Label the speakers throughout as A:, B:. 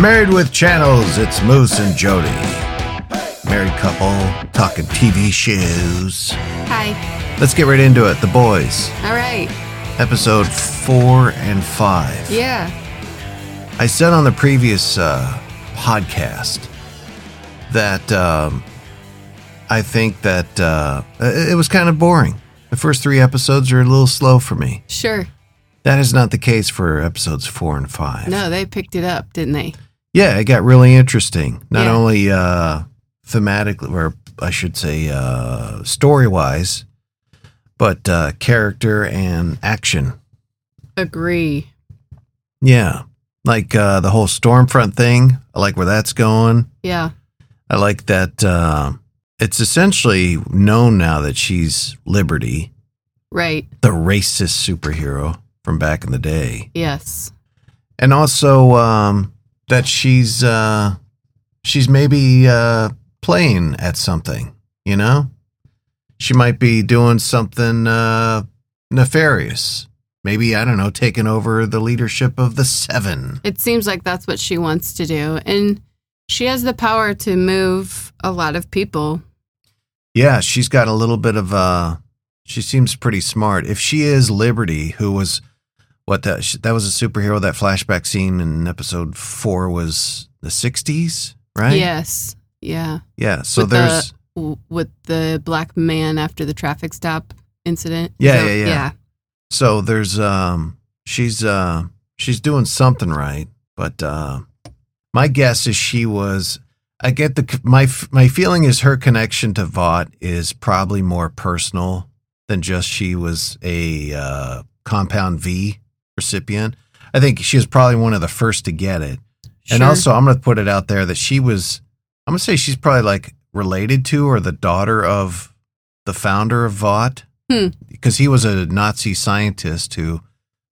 A: Married with Channels, it's Moose and Jody. Married couple talking TV shows.
B: Hi.
A: Let's get right into it. The Boys,
B: All right.
A: episode four and five.
B: Yeah.
A: I said on the previous uh, podcast that um, I think that uh, it it was kind of boring. The first three episodes are a little slow for me.
B: Sure.
A: That is not the case for episodes four and five.
B: No, they picked it up, didn't they?
A: Yeah, it got really interesting. Not
B: Yeah.
A: only uh, thematically, or I should say, uh, story wise, but uh, character and action.
B: Agree.
A: Yeah, like uh, the whole Stormfront thing. I like where that's going.
B: Yeah.
A: I like that uh, it's essentially known now that she's Liberty,
B: Right.
A: the racist superhero from back in the day,
B: Yes.
A: and also um, that she's uh, she's maybe uh, playing at something. You know, she might be doing something uh, nefarious. Maybe I don't know, taking over the leadership of the Seven.
B: It seems like that's what she wants to do. And she has the power to move a lot of people.
A: Yeah, she's got a little bit of uh she seems pretty smart. If she is Liberty, who was what that sh- that was a superhero that flashback scene in episode 4 was the 60s, right?
B: Yes. Yeah.
A: Yeah, so
B: With the-
A: there's
B: W- With the black man after the traffic stop incident.
A: Yeah,
B: So-
A: yeah, yeah. so there's um she's uh she's doing something right, but uh my guess is she was I get the c- my f- my feeling is her connection to Vought is probably more personal than just she was a uh, compound V recipient. I think she was probably one of the first to get it. And
B: Sure.
A: also, I'm going to put it out there that she was, I'm going to say she's probably like related to or the daughter of the founder of Vought.
B: Hmm.
A: Because he was a Nazi scientist who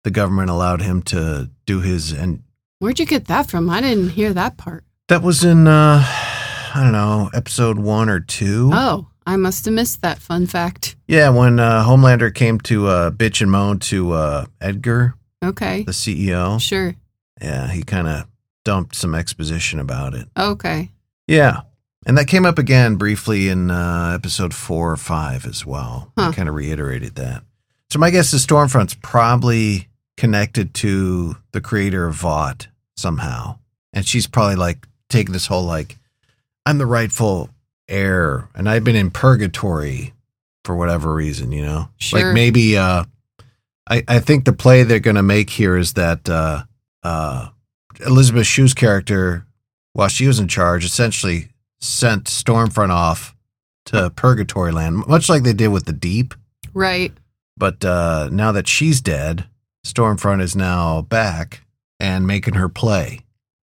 A: the government allowed him to do his. And
B: Where'd you get that from? I didn't hear that part.
A: that was in, uh, I don't know, episode one or two.
B: Oh, I must have missed that fun fact.
A: Yeah, when uh, Homelander came to uh, bitch and moan to uh, Edgar,
B: Okay.
A: the CEO,
B: Sure.
A: yeah, he kind of dumped some exposition about it.
B: Okay.
A: Yeah. And that came up again briefly in uh, episode four or five as well.
B: Huh.
A: I kind of reiterated that. So my guess is Stormfront's probably connected to the creator of Vought somehow. And she's probably like taking this whole like, I'm the rightful heir and I've been in purgatory for whatever reason, you know?
B: Sure.
A: Like maybe uh I, I think the play they're gonna make here is that uh uh Elizabeth Shue's character, while she was in charge, essentially sent Stormfront off to Purgatory Land, much like they did with the Deep.
B: Right.
A: But uh, now that she's dead, Stormfront is now back and making her play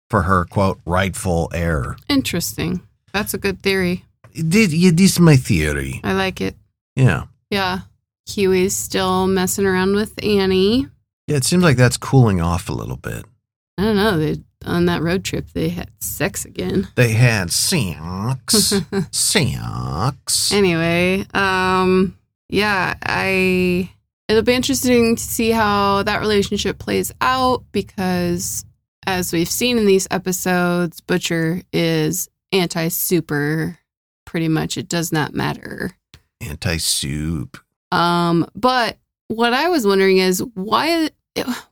A: for her quote rightful heir.
B: Interesting. That's a good theory.
A: This, yeah, this is my theory.
B: I like it.
A: Yeah.
B: Yeah. Huey's still messing around with Annie.
A: Yeah, it seems like that's cooling off a little bit.
B: I don't know. They, on that road trip, they had sex again.
A: They had sex, sex.
B: Anyway, um, yeah, I. It'll be interesting to see how that relationship plays out because, as we've seen in these episodes, Butcher is anti super. Pretty much, it does not matter.
A: Anti soup.
B: Um, but what I was wondering is why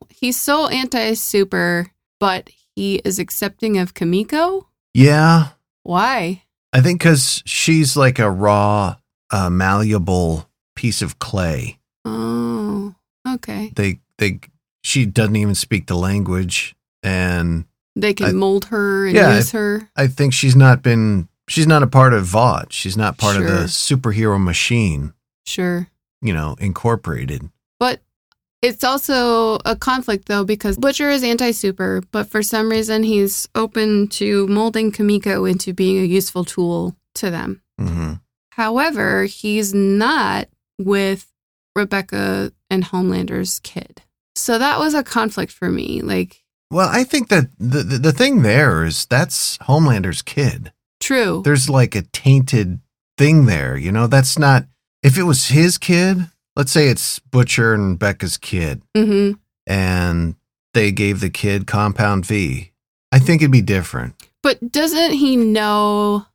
B: he's so anti super, but he is accepting of Kamiko.
A: Yeah.
B: Why?
A: I think because she's like a raw, uh, malleable piece of clay.
B: Oh, okay.
A: They they she doesn't even speak the language, and
B: They can
A: I-
B: mold her and
A: Yeah,
B: use her.
A: I think she's not been she's not a part of Vought. She's not part of the superhero machine,
B: Sure.
A: you know, incorporated.
B: But it's also a conflict though because Butcher is anti super, but for some reason he's open to molding Kamiko into being a useful tool to them.
A: hmm
B: However, he's not with Rebecca and Homelander's kid. So that was a conflict for me. Like,
A: Well, I think that the, the the thing there is that's Homelander's kid.
B: true.
A: There's like a tainted thing there, you know. That's not if it was his kid. Let's say it's Butcher and Becca's kid.
B: hmm
A: and they gave the kid Compound V. I think it'd be different.
B: But doesn't he know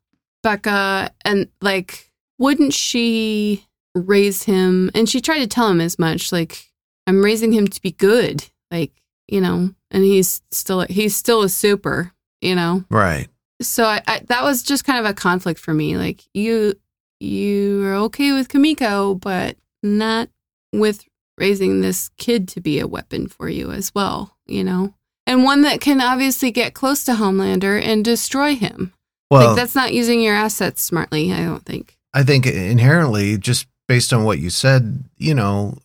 B: Becca and like wouldn't she raise him and she tried to tell him as much like I'm raising him to be good like you know and he's still he's still a super you know
A: Right.
B: so I, I that was just kind of a conflict for me like you you are okay with Kamiko but not with raising this kid to be a weapon for you as well you know and one that can obviously get close to Homelander and destroy him
A: Well,
B: like that's not using your assets smartly, I don't think.
A: I think inherently, just based on what you said, you know,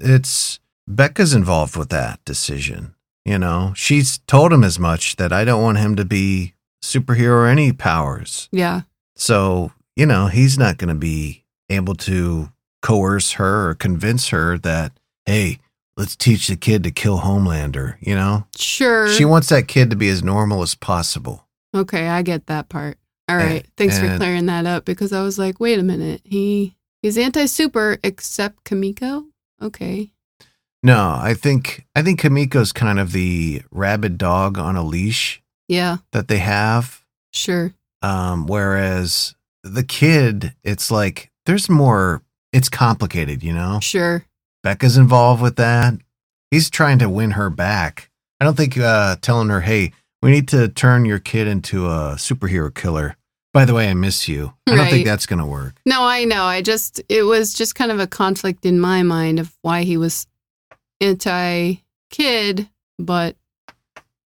A: it's Becca's involved with that decision. You know, she's told him as much that I don't want him to be superhero or any powers.
B: Yeah.
A: So, you know, he's not going to be able to coerce her or convince her that, hey, let's teach the kid to kill Homelander. You know,
B: Sure.
A: she wants that kid to be as normal as possible.
B: okay, I get that part. All
A: And-
B: right. Thanks for
A: and-
B: clearing that up because I was like, wait a minute. He he's anti super except Kamiko? Okay.
A: No, I think I think Kamiko's kind of the rabid dog on a leash
B: Yeah,
A: that they have.
B: sure.
A: Um, whereas the kid, it's like there's more. It's complicated, you know.
B: Sure.
A: Becca's involved with that. He's trying to win her back. I don't think uh, telling her, "Hey, we need to turn your kid into a superhero killer." By the way, I miss you. I don't think
B: Right.
A: that's gonna work.
B: No, I know. I just it was just kind of a conflict in my mind of why he was anti kid, but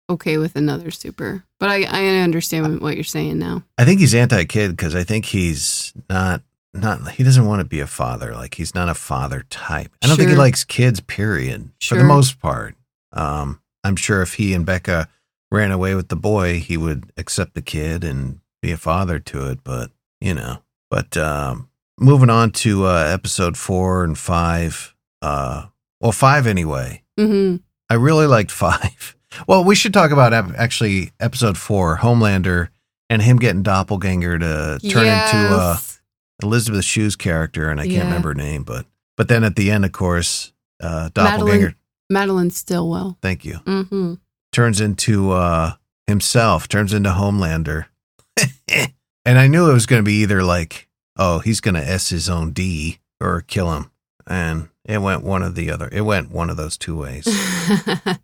B: okay with another super. But I, I
A: Uh,
B: understand what you're saying now.
A: I think he's anti-kid because I think he's not not he doesn't want to be a father. Like he's not a father type. I don't think he
B: Sure.
A: likes kids. Period. For
B: Sure.
A: the most part, um, I'm sure if he and Becca ran away with the boy, he would accept the kid and be a father to it. But you know, but um, moving on to uh, episode four and five. Uh, well, five anyway.
B: Mm-hmm.
A: I really liked five. Well, we should talk about ep- actually episode four, Homelander, and him getting doppelganger to turn into uh, Elizabeth Shue's character, and I can't
B: Yeah.
A: remember her name, but but then at the end, of course, uh, doppelganger.
B: Madeline. Madeline Stillwell.
A: Thank you.
B: Mm-hmm.
A: Turns into uh, himself. Turns into Homelander. and I knew it was going to be either like, oh, he's going to s his own d or kill him, and it went one of the other. It went one of those two ways.
B: that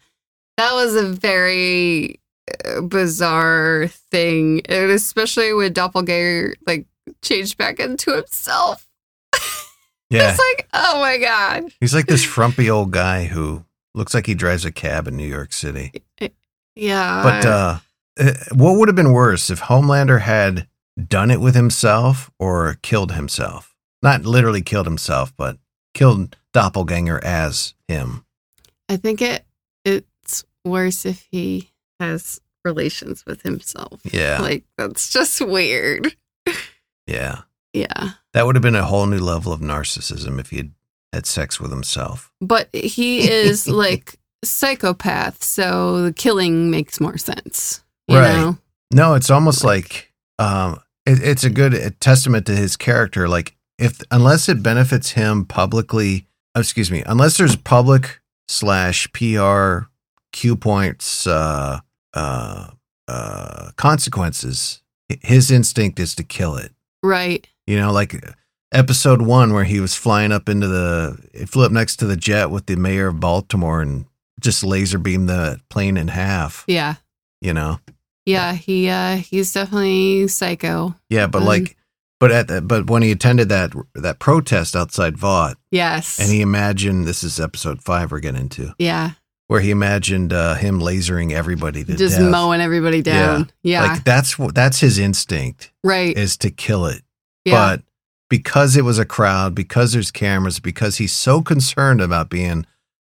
B: was a very uh, bizarre thing, and especially when Doppelganger like changed back into himself.
A: Yeah.
B: It's like, oh my god,
A: He's like this frumpy old guy who looks like he drives a cab in New York City.
B: Eh, yeah.
A: But uh, eh, what would have been worse if Homelander had done it with himself or killed himself? Not literally killed himself, but killed Doppelganger as him.
B: I think it it's worse if he has relations with himself.
A: Yeah.
B: Like that's just weird.
A: Yeah.
B: Yeah.
A: That would have been a whole new level of narcissism if he had had sex with himself.
B: but he is like psychopath so the killing makes more sense you
A: Right.
B: know
A: No, it's almost like um, it, it's a good testament to his character. Like if unless it benefits him publicly, oh, excuse me, unless there's public slash PR cue points uh, uh, uh, consequences, hi- his instinct is to kill it.
B: right
A: You know, like episode one where he was flying up into the, he flew up next to the jet with the mayor of Baltimore and just laser beamed the plane in half.
B: yeah
A: You know.
B: yeah he uh he's definitely psycho
A: Yeah, but
B: Um,
A: like, but at the, but when he attended that that protest outside Vaught,
B: yes
A: and he imagined this is episode five we're getting into,
B: yeah
A: where he imagined uh, him lasering everybody to
B: just
A: death.
B: mowing everybody down yeah,
A: Like that's what that's his instinct
B: right
A: is to kill it.
B: yeah
A: But because it was a crowd, because there's cameras, because he's so concerned about being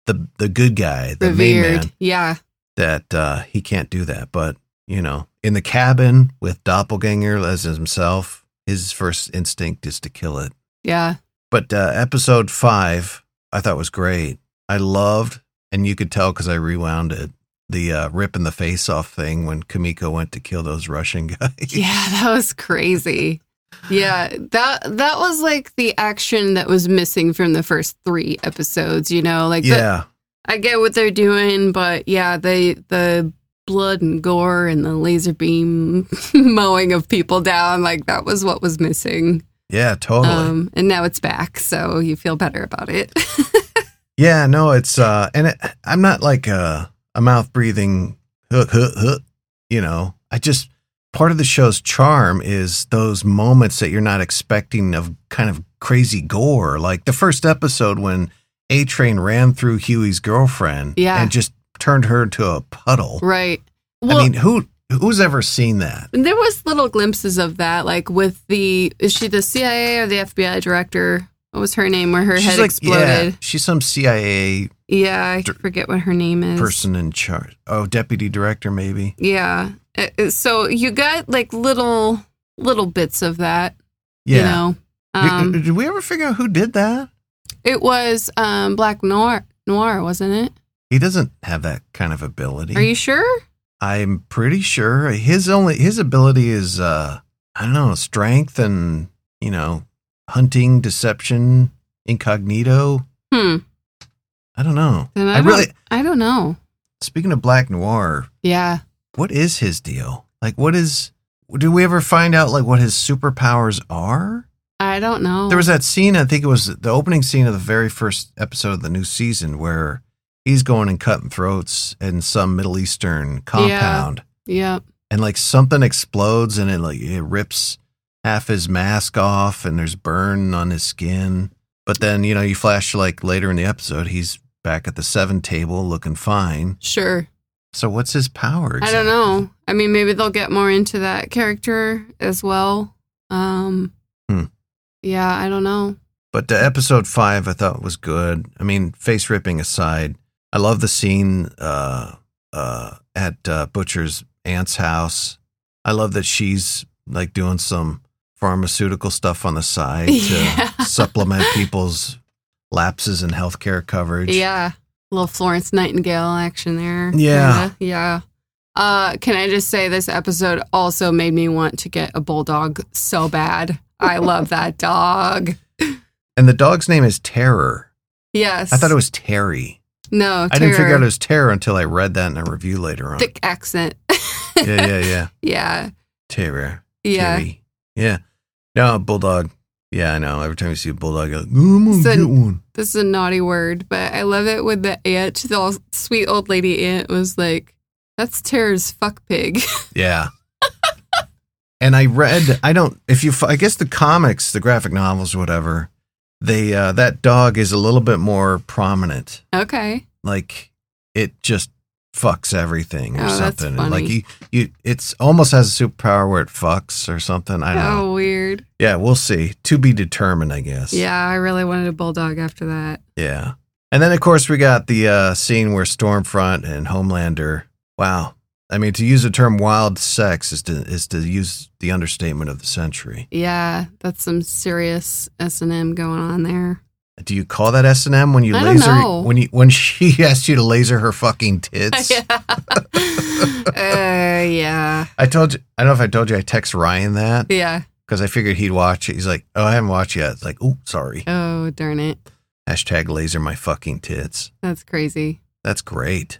A: the the good guy, the main
B: revered
A: man,
B: yeah
A: that uh, he can't do that. But you know, in the cabin with Doppelganger as himself, his first instinct is to kill it.
B: yeah
A: But uh, episode five, I thought was great. I loved, and you could tell because I rewound it, the uh, rip in the face off thing when Kamiko went to kill those Russian guys.
B: yeah that was crazy yeah that that was like the action that was missing from the first three episodes you know like the-
A: yeah,
B: I get what they're doing, but yeah, they the blood and gore and the laser beam mowing of people down. Like that was what was missing.
A: Yeah, totally.
B: Um, and now it's back, so you feel better about it.
A: yeah, no, it's uh, and it, I'm not like a a mouth breathing hook, hook, hook. You know, I just part of the show's charm is those moments that you're not expecting of kind of crazy gore, like the first episode when A Train ran through Huey's girlfriend,
B: Yeah.
A: and just turned her into a puddle.
B: right.
A: I mean, who who's ever seen that?
B: And there was little glimpses of that, like with the is she the CIA or the FBI director? What was her name? Where her head
A: yeah,
B: exploded?
A: she's some CIA
B: Yeah, I
A: Dir-
B: forget what her name is.
A: person in charge. Oh, deputy director, maybe.
B: Yeah. Uh, uh, So you got like little little bits of that. You
A: Yeah. uh,
B: know,
A: Did-
B: um,
A: did we ever figure out who did that?
B: it was um, Black Noir, Noir, wasn't it?
A: He doesn't have that kind of ability.
B: Are you sure?
A: I'm pretty sure his only his ability is uh I don't know strength and you know hunting, deception, incognito.
B: Hmm.
A: I don't know.
B: Then I,
A: I
B: don't,
A: really
B: I don't know.
A: speaking of Black Noir,
B: Yeah.
A: what is his deal? Like, what is? Do we ever find out like what his superpowers are?
B: I don't know.
A: There was that scene, I think it was the opening scene of the very first episode of the new season where he's going and cutting throats in some Middle Eastern compound
B: Yep.
A: and like something explodes and it like it rips half his mask off and there's burn on his skin. But then, you know, you flash to, like later in the episode, he's back at the seven table looking fine.
B: Sure.
A: So what's his power?
B: I
A: exactly?
B: don't know. I mean, maybe they'll get more into that character as well. Um,
A: Hmm.
B: Yeah, I don't know.
A: But the episode five, I thought was good. I mean, face ripping aside, I love the scene uh, uh, at uh, Butcher's aunt's house. I love that she's like doing some pharmaceutical stuff on the side to
B: Yeah.
A: supplement people's lapses in healthcare coverage.
B: Yeah. little Florence Nightingale action there.
A: Yeah.
B: Kinda. Yeah. Uh, can I just say this episode also made me want to get a bulldog so bad. I love that dog.
A: And the dog's name is Terror.
B: Yes.
A: I thought it was Terry.
B: No,
A: I didn't figure out
B: terror.
A: it was Terror until I read that in a review later on.
B: thick accent.
A: Yeah, yeah, yeah.
B: yeah.
A: Terror.
B: Yeah.
A: Terry. Yeah. No, bulldog. Yeah, I know. Every time you see a bulldog, you're like, "Ooh, I'm gonna
B: So-
A: get one.
B: This is a naughty word, but I love it when the aunt, the all- sweet old lady aunt, was like, "That's Terror's fuck pig."
A: Yeah. and I read, I don't, if you, I guess the comics, the graphic novels, whatever, they, uh, that dog is a little bit more prominent.
B: okay.
A: Like it just fucks everything or
B: Oh, that's
A: something.
B: funny.
A: Like you, you, it's almost has a superpower where it fucks or something. I don't know.
B: Oh, weird.
A: Yeah, we'll see. To be determined, I guess.
B: Yeah, I really wanted a bulldog after that.
A: Yeah. And then, of course, we got the uh, scene where Stormfront and Homelander. Wow. I mean, to use the term wild sex is to, is to use the understatement of the century.
B: Yeah, that's some serious S and M going on there.
A: Do you call that S and M when you
B: I don't
A: laser
B: know.
A: when you when she asked you to laser her fucking tits?
B: yeah. uh, yeah.
A: I told you. I don't know if I told you. I text Ryan that
B: Yeah.
A: because I figured he'd watch it. He's like, "Oh, I haven't watched yet." It's like, "Oh, sorry."
B: Oh, darn it.
A: Hashtag laser my fucking tits.
B: That's crazy.
A: That's great.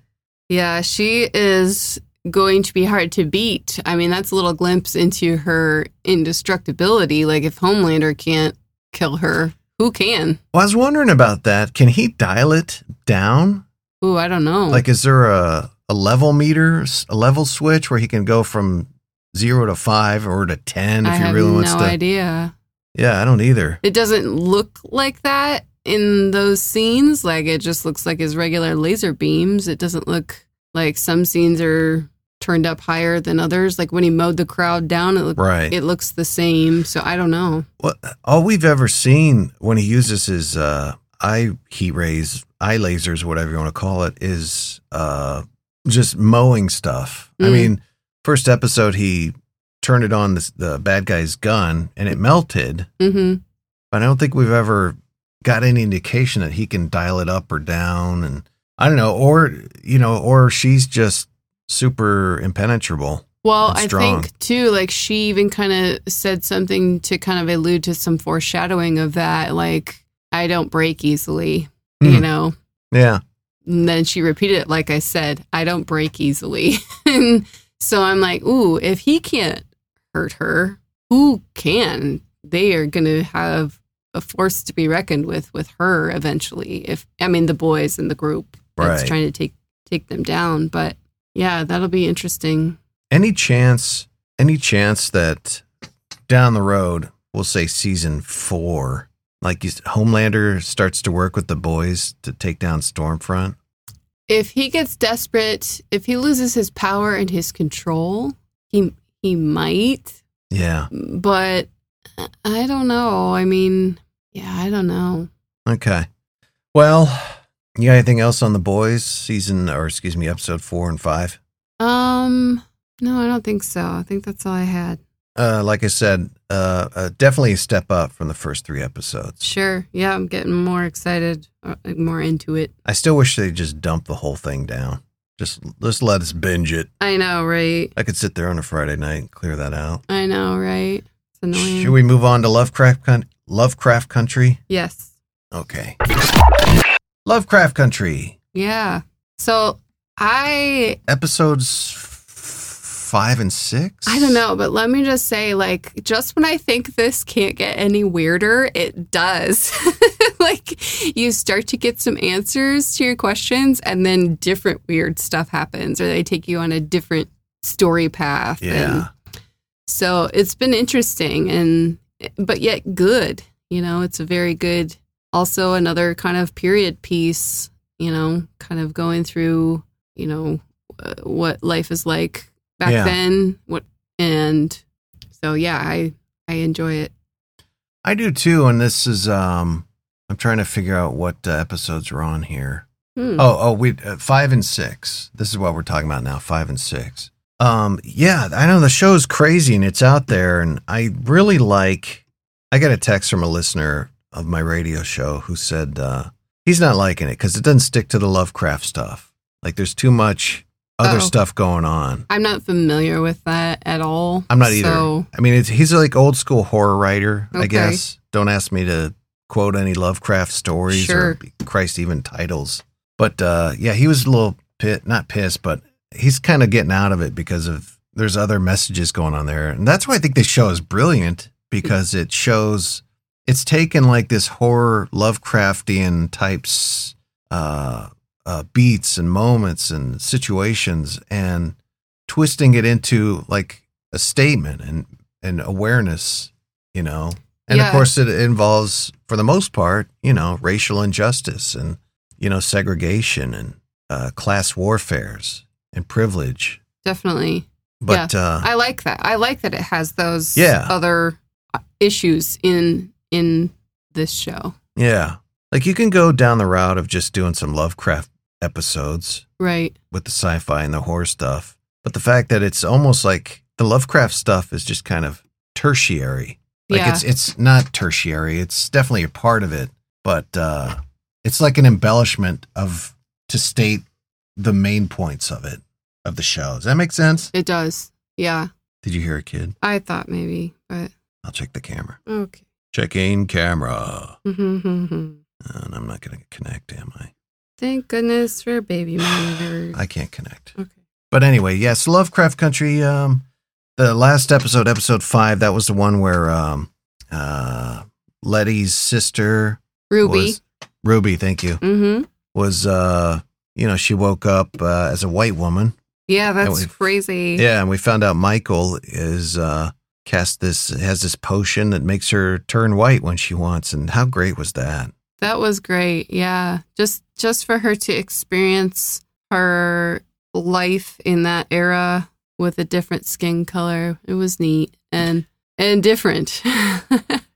B: Yeah, she is going to be hard to beat. I mean, that's a little glimpse into her indestructibility. Like, if Homelander can't kill her, who can?
A: Well, I was wondering about that. Can he dial it down?
B: Ooh, I don't know.
A: Like, is there a, a level meter, s- a level switch where he can go from zero to five or to 10 if
B: I
A: he
B: have
A: really
B: no
A: wants to?
B: idea.
A: Yeah, I don't either.
B: It doesn't look like that in those scenes. Like, it just looks like his regular laser beams. It doesn't look like some scenes are turned up higher than others. Like when he mowed the crowd down, it looked.
A: Right.
B: It looks the same, so I don't know.
A: well, all we've ever seen when he uses his uh, eye heat rays, eye lasers, whatever you want to call it, is uh, just mowing stuff. I
B: Mm.
A: mean, first episode, he turned it on this, the bad guy's gun and it melted.
B: hmm
A: But I don't think we've ever got any indication that he can dial it up or down and I don't know, or you know, or she's just super impenetrable.
B: Well,
A: and
B: I
A: strong.
B: think too, like she even kind of said something to kind of allude to some foreshadowing of that. Like, I don't break easily, you
A: Hmm.
B: know?
A: Yeah.
B: And then she repeated it, like I said, I don't break easily. and so I'm like, ooh, if he can't hurt her, who can? They are going to have a force to be reckoned with with her eventually. If I mean the boys in the group that's
A: Right.
B: trying to take take them down, but yeah, that'll be interesting.
A: Any chance? Any chance that down the road, we'll say season four, like you, s- Homelander starts to work with the boys to take down Stormfront?
B: If he gets desperate, if he loses his power and his control, he he might,
A: Yeah.
B: but uh, I don't know. I mean, yeah, I don't know.
A: Okay. Well, you got anything else on the boys season, or excuse me, episode four and five?
B: Um, no, I don't think so. I think that's all I had.
A: uh, like I said, uh, uh, definitely a step up from the first three episodes.
B: Sure. Yeah, I'm getting more excited, uh, more into it.
A: I still wish they just dump the whole thing down. Just just let us binge it.
B: I know, right?
A: I could sit there on a Friday night and clear that out.
B: I know, right? It's annoying.
A: Should we move on to Lovecraft Coun- Lovecraft Country?
B: Yes.
A: Okay. Lovecraft Country
B: Yeah. So I
A: episodes f- five and six.
B: I don't know, but let me just say, like, just when I think this can't get any weirder, it does. like, you start to get some answers to your questions, and then different weird stuff happens, or they take you on a different story path. and-
A: Yeah.
B: So it's been interesting and but yet good. You know, it's a very good also another kind of period piece, you know, kind of going through, you know, uh, what life is like back
A: Yeah.
B: then, what and so yeah, I I enjoy it.
A: I do too. And this is um, I'm trying to figure out what uh, episodes are on here.
B: Hmm.
A: Oh, oh, we uh, five and six. This is what we're talking about now. Five and six. Um, yeah, I know the show's crazy and it's out there, and I really like. I got a text from a listener of my radio show who said uh, he's not liking it because it doesn't stick to the Lovecraft stuff. Like, there's too much other
B: Oh.
A: stuff going on.
B: I'm not familiar with that at all.
A: I'm not either.
B: So,
A: I mean, it's, he's like old school horror writer, I
B: Okay.
A: guess. Don't ask me to quote any Lovecraft stories
B: Sure.
A: or Christ even titles. But uh, yeah, he was a little pit, not pissed, but he's kind of getting out of it because of there's other messages going on there, and that's why I think this show is brilliant because it shows it's taken like this horror Lovecraftian types uh, uh, beats and moments and situations and twisting it into like a statement and and awareness, you know. And
B: Yeah.
A: of course, it involves, for the most part, you know, racial injustice and you know segregation and uh, class warfares and privilege.
B: definitely.
A: But uh,
B: I like that. I like that it has those
A: Yeah.
B: other uh, issues in in this show.
A: yeah, like you can go down the route of just doing some Lovecraft episodes
B: Right.
A: with the sci-fi and the horror stuff, but the fact that it's almost like the Lovecraft stuff is just kind of tertiary. Like
B: yeah.
A: it's it's not tertiary. It's definitely a part of it, but uh, it's like an embellishment of to state the main points of it of the show. Does that make sense?
B: It does. Yeah.
A: Did you hear a kid?
B: I thought maybe, but
A: I'll check the camera.
B: okay.
A: Checking camera.
B: Thank
A: And I'm not going to connect, am I?
B: goodness for baby monitors.
A: I can't connect.
B: okay.
A: But anyway, yes, Lovecraft Country. Um, the last episode, episode five, that was the one where um, uh, Letty's sister
B: Ruby.
A: was Ruby. Thank you.
B: Mm-hmm.
A: was uh you know she woke up uh, as a white woman
B: Yeah, that's
A: we've-
B: crazy.
A: yeah and we found out michael is uh cast this has this potion that makes her turn white when she wants and how great was that
B: That was great. Yeah. Just just for her to experience her life in that era with a different skin color. It was neat and and different.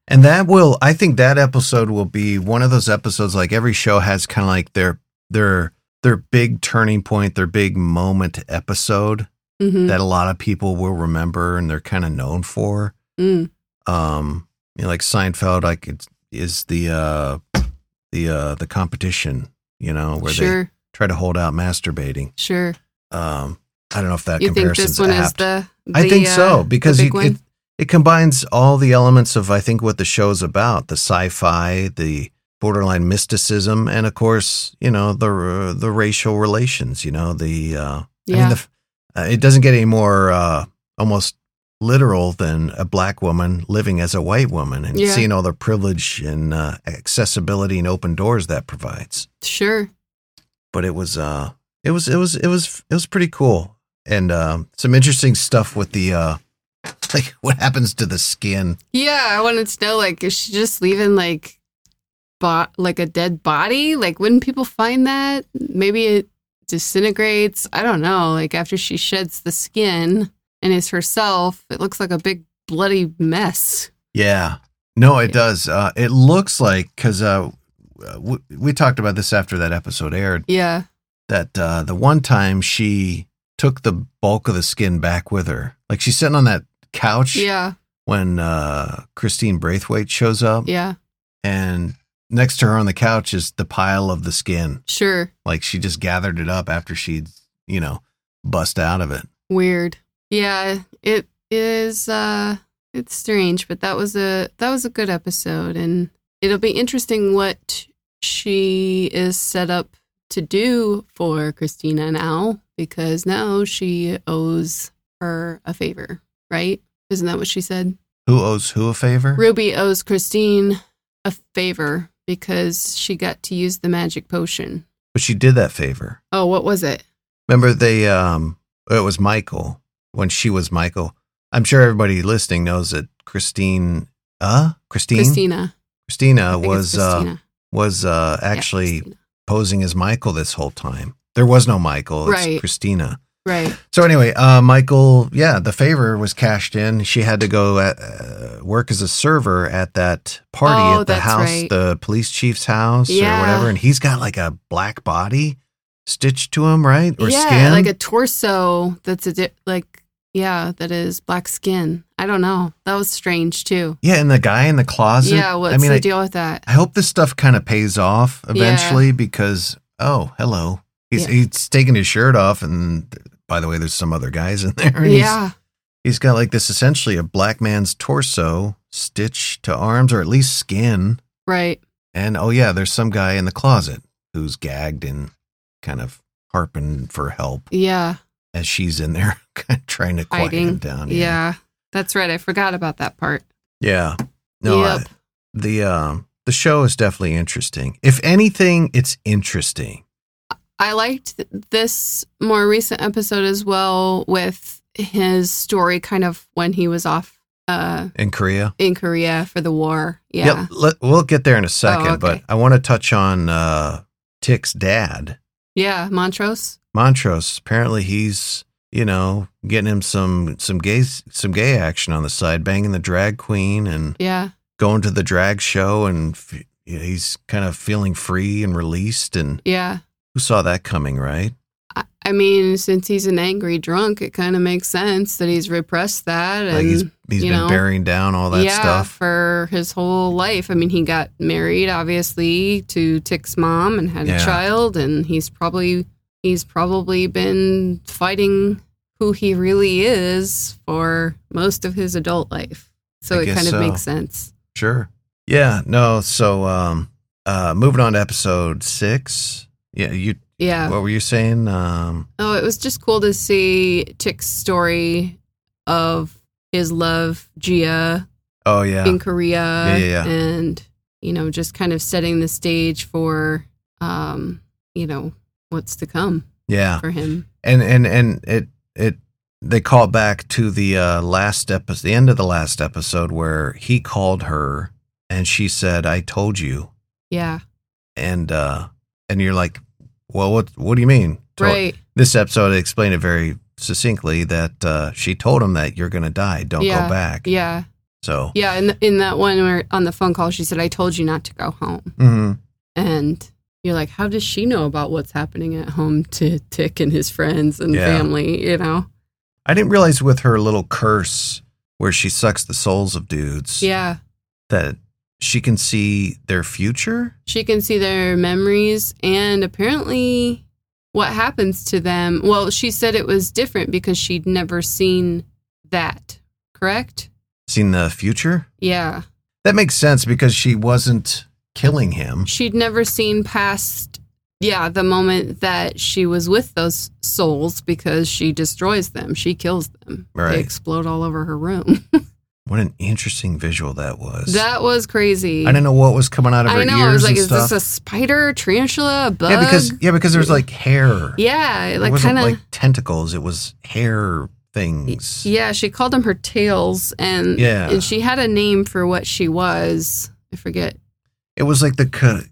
B: Mm-hmm.
A: and that will i think that episode will be one of those episodes like every show has kind of like their their their big turning point their big moment episode
B: Mhm.
A: that a lot of people will remember and they're kind of known for
B: Mm.
A: um you know, like Seinfeld like it is the uh the uh the competition, you know, where they
B: Sure,
A: try to hold out masturbating.
B: sure.
A: Um I don't know if that
B: You think
A: comparison's
B: this one
A: apt.
B: is the,
A: I
B: the,
A: think
B: uh,
A: so because
B: the
A: you,
B: big one?
A: it it combines all the elements of I think what the show's about, the sci-fi, the borderline mysticism, and of course, you know the uh, the racial relations. You know the uh, I mean,
B: Yeah.
A: the, uh, it doesn't get any more uh, almost literal than a black woman living as a white woman and
B: Yeah.
A: seeing all the privilege and uh, accessibility and open doors that provides.
B: sure.
A: But it was, uh, it was, it was, it was, it was pretty cool, and um, some interesting stuff with the uh, like what happens to the skin.
B: Yeah, I wanted to know like is she just leaving like bo- like a dead body? Like wouldn't people find that? Maybe it disintegrates. I don't know. Like after she sheds the skin and is herself, it looks like a big bloody mess.
A: Yeah. No, it
B: Yeah.
A: does. Uh, it looks like because uh, w- we talked about this after that episode aired.
B: Yeah.
A: that uh, the one time she took the bulk of the skin back with her. Like she's sitting on that couch
B: Yeah.
A: when uh, Christine Braithwaite shows up,
B: Yeah.
A: and next to her on the couch is the pile of the skin.
B: Sure.
A: Like she just gathered it up after she'd, you know, bust out of it.
B: Weird. Yeah, it is uh it's strange, but that was a that was a good episode and it'll be interesting what she is set up to do for Christina now because now she owes her a favor, right? Isn't that what she said?
A: Who owes who a favor?
B: Ruby owes Christine a favor because she got to use the magic potion.
A: But she did that favor.
B: Oh, what was it?
A: Remember they um it was Michael when she was Michael. I'm sure everybody listening knows that Christine uh Christine
B: Christina. I
A: Christina
B: think it's
A: was uh
B: Christina.
A: was uh,
B: Yeah,
A: actually
B: Christina.
A: posing as Michael this whole time. There was no Michael, it's
B: Right.
A: Christina.
B: right.
A: So anyway, uh, Michael, yeah, the favor was cashed in. She had to go uh, uh, work as a server at that party
B: Oh,
A: at the
B: that's
A: house,
B: right.
A: the police chief's house or
B: Yeah.
A: whatever. And he's got like a black body stitched to him, right? Or
B: yeah,
A: skin?
B: like a torso that's a di- like yeah, that is black skin. I don't know. That was strange too.
A: yeah, and the guy in the closet.
B: yeah, what's
A: I mean,
B: the
A: I,
B: deal with that?
A: I hope this stuff kind of pays off eventually because oh, hello. He's
B: Yeah.
A: he's taking his shirt off and by the way, there's some other guys in there. and he's-
B: Yeah,
A: he's got like this essentially a black man's torso stitched to arms or at least skin.
B: right.
A: And oh yeah, there's some guy in the closet who's gagged and kind of harping for help
B: Yeah,
A: as she's in there trying to quiet him
B: Hiding.
A: down.
B: yeah. That's right. I forgot about that part.
A: Yeah. No, I-
B: yep.
A: the um the show is definitely interesting. If anything, it's interesting.
B: I liked th- this more recent episode as well with his story kind of when he was off uh
A: In Korea,
B: in Korea for the war. Yeah. Oh,
A: Yep, let, we'll get there in a second,
B: okay.
A: but I want to touch on uh, Tick's dad,
B: Yeah, Montrose.
A: Montrose. Apparently, he's you know getting him some some gay some gay action on the side, banging the drag queen and
B: Yeah.
A: going to the drag show, and f- yeah, he's kind of feeling free and released. And
B: Yeah.
A: who saw that coming, right?
B: I- I mean, since he's an angry drunk, it kind of makes sense that he's repressed that and
A: Like he's he's
B: you
A: been
B: know,
A: burying down all that
B: yeah,
A: stuff.
B: for his whole life. I mean, he got married obviously to Tick's mom and had
A: Yeah.
B: a child, and he's probably he's probably been fighting who he really is for most of his adult life. So
A: I
B: it
A: guess
B: kind of
A: so.
B: makes sense.
A: Sure. Yeah. No. So, um, uh, moving on to episode six. Yeah. You.
B: Yeah.
A: What were you saying? Um.
B: Oh, it was just cool to see Tick's story of his love, Gia,
A: Oh yeah.
B: in Korea
A: Yeah, yeah, yeah.
B: and you know just kind of setting the stage for um you know what's to come
A: Yeah.
B: for him.
A: And and and it it they call back to the uh, last episode, the end of the last episode where he called her and she said, "I told you,"
B: Yeah.
A: and uh, and you're like, "Well, what what do you mean?" Told-
B: Right.
A: This episode they explained it very succinctly that uh, she told him that you're gonna die. Don't
B: Yeah,
A: go back.
B: Yeah.
A: So.
B: Yeah, in in that one where on the phone call she said I told you not to go home.
A: mhm.
B: And you're like how does she know about what's happening at home to Tick and his friends and
A: Yeah.
B: family, you know?
A: I didn't realize with her little curse where she sucks the souls of dudes
B: Yeah.
A: that she can see their future.
B: She can see their memories and apparently what happens to them. Well, she said it was different because she'd never seen that, correct?
A: Seen the future?
B: Yeah.
A: That makes sense because she wasn't killing him.
B: She'd never seen past, yeah, the moment that she was with those souls because she destroys them. She kills them.
A: Right.
B: They explode all over her room.
A: What an interesting visual that was.
B: that was crazy.
A: I didn't know what was coming out of her
B: I know.
A: ears
B: I was like,
A: and
B: is
A: stuff.
B: this a spider, tarantula, a bug?
A: yeah, because yeah, because there was like hair.
B: Yeah, it,
A: it
B: like
A: wasn't
B: kind of.
A: like tentacles. It was hair things.
B: yeah, she called them her tails, and
A: Yeah.
B: and she had a name for what she was. I forget.
A: It was like the Ka-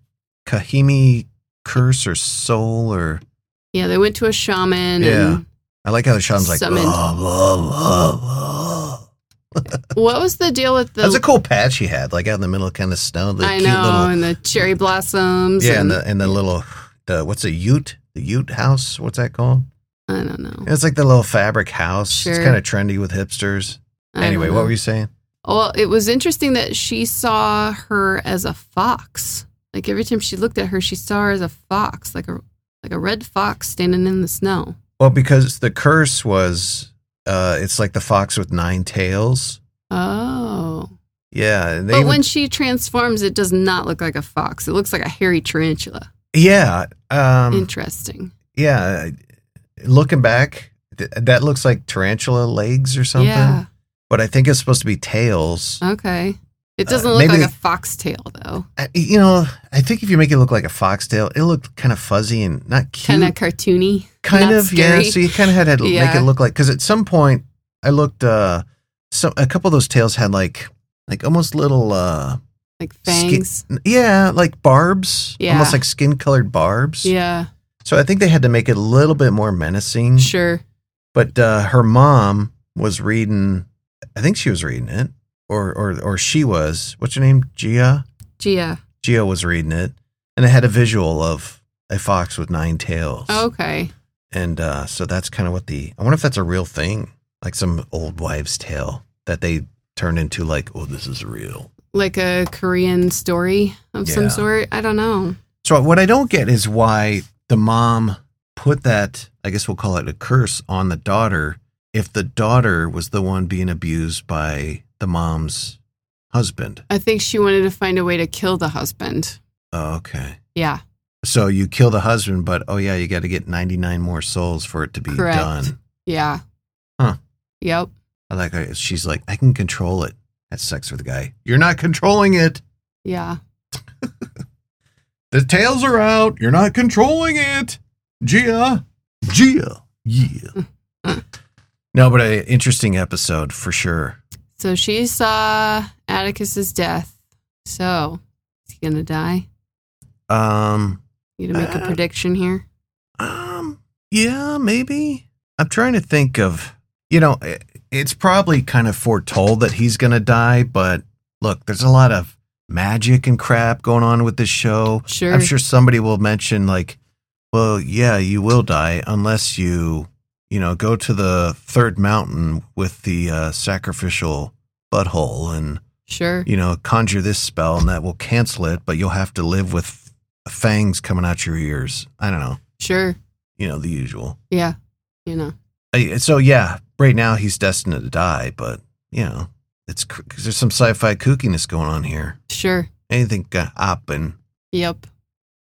A: Kahimi curse or soul or
B: Yeah, they went to a shaman.
A: Yeah. I like how the Sean's like
B: Summoned.
A: "Blah, blah, blah, blah."
B: And what was the deal with the?
A: That's a cool patch he had, like out in the middle, kind of snow. The
B: I
A: cute
B: know,
A: little
B: and the cherry blossoms.
A: yeah, and the and the little the what's a Ute the Ute house? What's that called?
B: I don't know.
A: It's like the little fabric house. It's
B: Sure.
A: kind of trendy with hipsters.
B: I
A: Anyway,
B: don't
A: what
B: know.
A: were you saying?
B: Well, it was interesting that she saw her as a fox. Like every time she looked at her, she saw her as a fox, like a like a red fox standing in the snow.
A: Well, because the curse was, uh, it's like the fox with nine tails.
B: Oh.
A: Yeah, and they
B: But
A: even-
B: when she transforms, it does not look like a fox. It looks like a hairy tarantula.
A: yeah, um,
B: Interesting.
A: yeah. uh, Looking back, th- that looks like tarantula legs or something.
B: Yeah. Uh
A: But I think it's supposed to be tails.
B: Okay. It
A: Uh,
B: doesn't look
A: maybe
B: like
A: they-
B: a fox tail though.
A: I, you know, I think if you make it look like a foxtail, it looked kind of fuzzy and not cute.
B: Kind of cartoony.
A: kind
B: not
A: of yeah
B: scary.
A: so you kind of had to make
B: Yeah.
A: it look like because at some point i looked uh some a couple of those tails had like like almost little uh
B: Like
A: Skin-
B: fangs.
A: n- yeah like barbs
B: Yeah.
A: almost like skin colored barbs
B: Yeah.
A: so i think they had to make it a little bit more menacing
B: Sure.
A: but uh her mom was reading i think she was reading it or or or she was what's her name gia
B: Gia.
A: gia was reading it and it had a visual of a fox with nine tails
B: Oh, Okay.
A: and uh, so that's kind of what the. I wonder if that's a real thing, like some old wives' tale that they turned into like, oh, this is real.
B: Like a Korean story of
A: Yeah.
B: some sort. I don't know.
A: So what I don't get is why the mom put that. I guess we'll call it a curse on the daughter. If the daughter was the one being abused by the mom's husband.
B: I think she wanted to find a way to kill the husband.
A: Oh, okay.
B: Yeah.
A: So you kill the husband, but oh yeah, you got to get ninety nine more souls for it to be
B: Correct.
A: done.
B: Yeah.
A: Huh.
B: Yep.
A: I like. Her. She's like, I can control it. That's sex with a guy. You're not controlling it.
B: Yeah.
A: The tails are out. You're not controlling it. Gia. Gia. Yeah. no, but an interesting episode for sure.
B: So she saw Atticus's death. So is he gonna die?
A: Um,
B: You gonna make a
A: Uh,
B: prediction here?
A: um, yeah, maybe. I'm trying to think of, you know, i- it's probably kind of foretold that he's going to die, but look, there's a lot of magic and crap going on with this show.
B: Sure.
A: I'm sure somebody will mention like, well, yeah, you will die unless you, you know, go to the third mountain with the uh, sacrificial butthole and
B: Sure.
A: you know conjure this spell and that will cancel it, but you'll have to live with fangs coming out your ears. I don't know,
B: Sure.
A: you know, the usual.
B: Yeah. You know.
A: I, so yeah, right now he's destined to die, but you know, it's cr- 'cause there's some sci-fi kookiness going on here.
B: Sure.
A: Anything can happen.
B: Yep.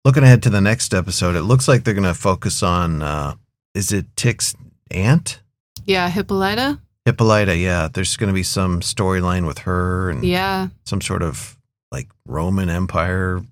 A: looking ahead to the next episode, it looks like they're going to focus on uh, is it Tick's aunt
B: Yeah. Hippolyta.
A: Hippolyta? Yeah, there's going to be some storyline with her and
B: Yeah.
A: some sort of like Roman Empire.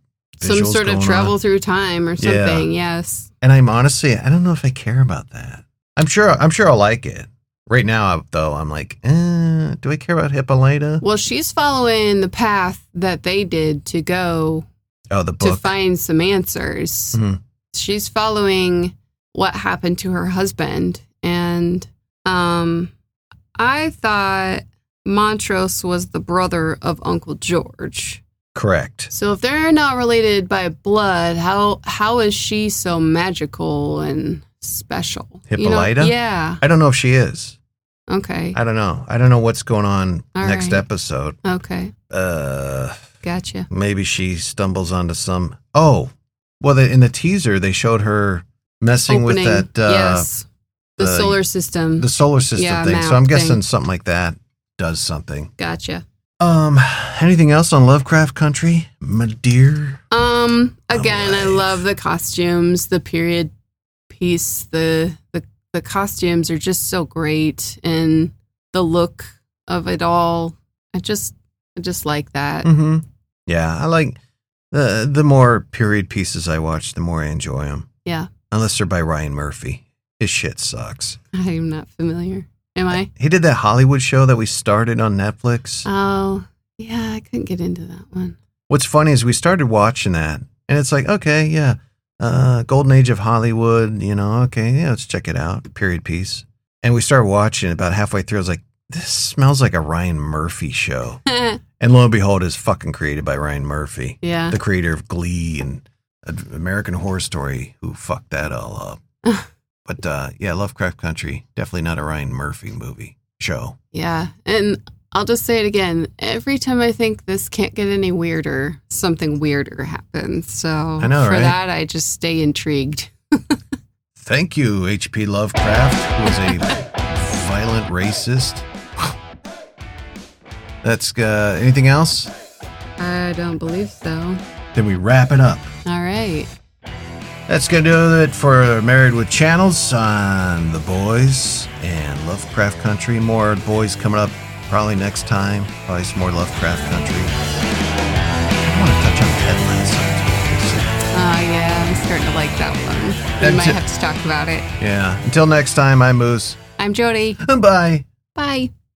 B: Some
A: visuals
B: sort
A: going
B: of
A: on.
B: travel through time or
A: Yeah.
B: something. Yes.
A: And I'm honestly, I don't know if I care about that. I'm sure, I'm sure I'll like it. Right now, though, I'm like, eh, do I care about Hippolyta?
B: Well, she's following the path that they did to go
A: Oh, the
B: to
A: book.
B: find some answers.
A: Mhm.
B: She's following what happened to her husband. And um, I thought Montrose was the brother of Uncle George.
A: Correct.
B: So if they're not related by blood, how how is she so magical and special? You know-
A: Hippolyta?
B: yeah.
A: I don't know if she is.
B: Okay.
A: I don't know. I don't know what's going on
B: All
A: next
B: right.
A: episode.
B: Okay.
A: Uh,
B: Gotcha.
A: maybe she stumbles onto some oh well the, in the teaser they showed her messing
B: Opening.
A: with that uh,
B: yes. The,
A: the-
B: solar system.
A: the solar system
B: Yeah,
A: thing
B: map
A: so i'm guessing
B: thing.
A: something like that does something
B: gotcha.
A: Um, anything else on Lovecraft Country, my dear?
B: Um, again, I
A: Alive.
B: love the costumes, the period piece, the the the costumes are just so great and the look of it all. I just I just like that.
A: Mm-hmm. Yeah, I like the the more period pieces I watch, the more I enjoy them.
B: Yeah.
A: Unless they're by Ryan Murphy, his shit sucks.
B: I'm not familiar. Am I?
A: He did that Hollywood show that we started on Netflix.
B: Oh, yeah, I couldn't get into that one.
A: What's funny is we started watching that, and it's like, okay, yeah, uh, Golden Age of Hollywood, you know, okay, yeah, let's check it out, period piece. And we started watching it about halfway through. I was like, this smells like a Ryan Murphy show. And lo and behold, it's fucking created by Ryan Murphy,
B: yeah.
A: the creator of Glee and American Horror Story, who fucked that all up. but uh, yeah, Lovecraft Country, definitely not a Ryan Murphy movie show.
B: Yeah. And I'll just say it again. Every time I think this can't get any weirder, something weirder happens. So I
A: know,
B: for
A: right?
B: that, I just stay intrigued.
A: Thank you, H.P. Lovecraft, who was a violent racist. That's uh, anything else?
B: I don't believe so.
A: Then we wrap it up.
B: All right.
A: That's gonna do it for Married with Channels on the Boys and Lovecraft Country. More boys coming up probably next time. Probably some more Lovecraft Country. I want to touch on Ted
B: Uh,
A: sometime.
B: Oh, yeah, I'm starting to like that one. We
A: That's
B: might
A: it.
B: have to talk about it.
A: Yeah. Until next time, I'm Moose.
B: I'm Jody.
A: Bye.
B: Bye.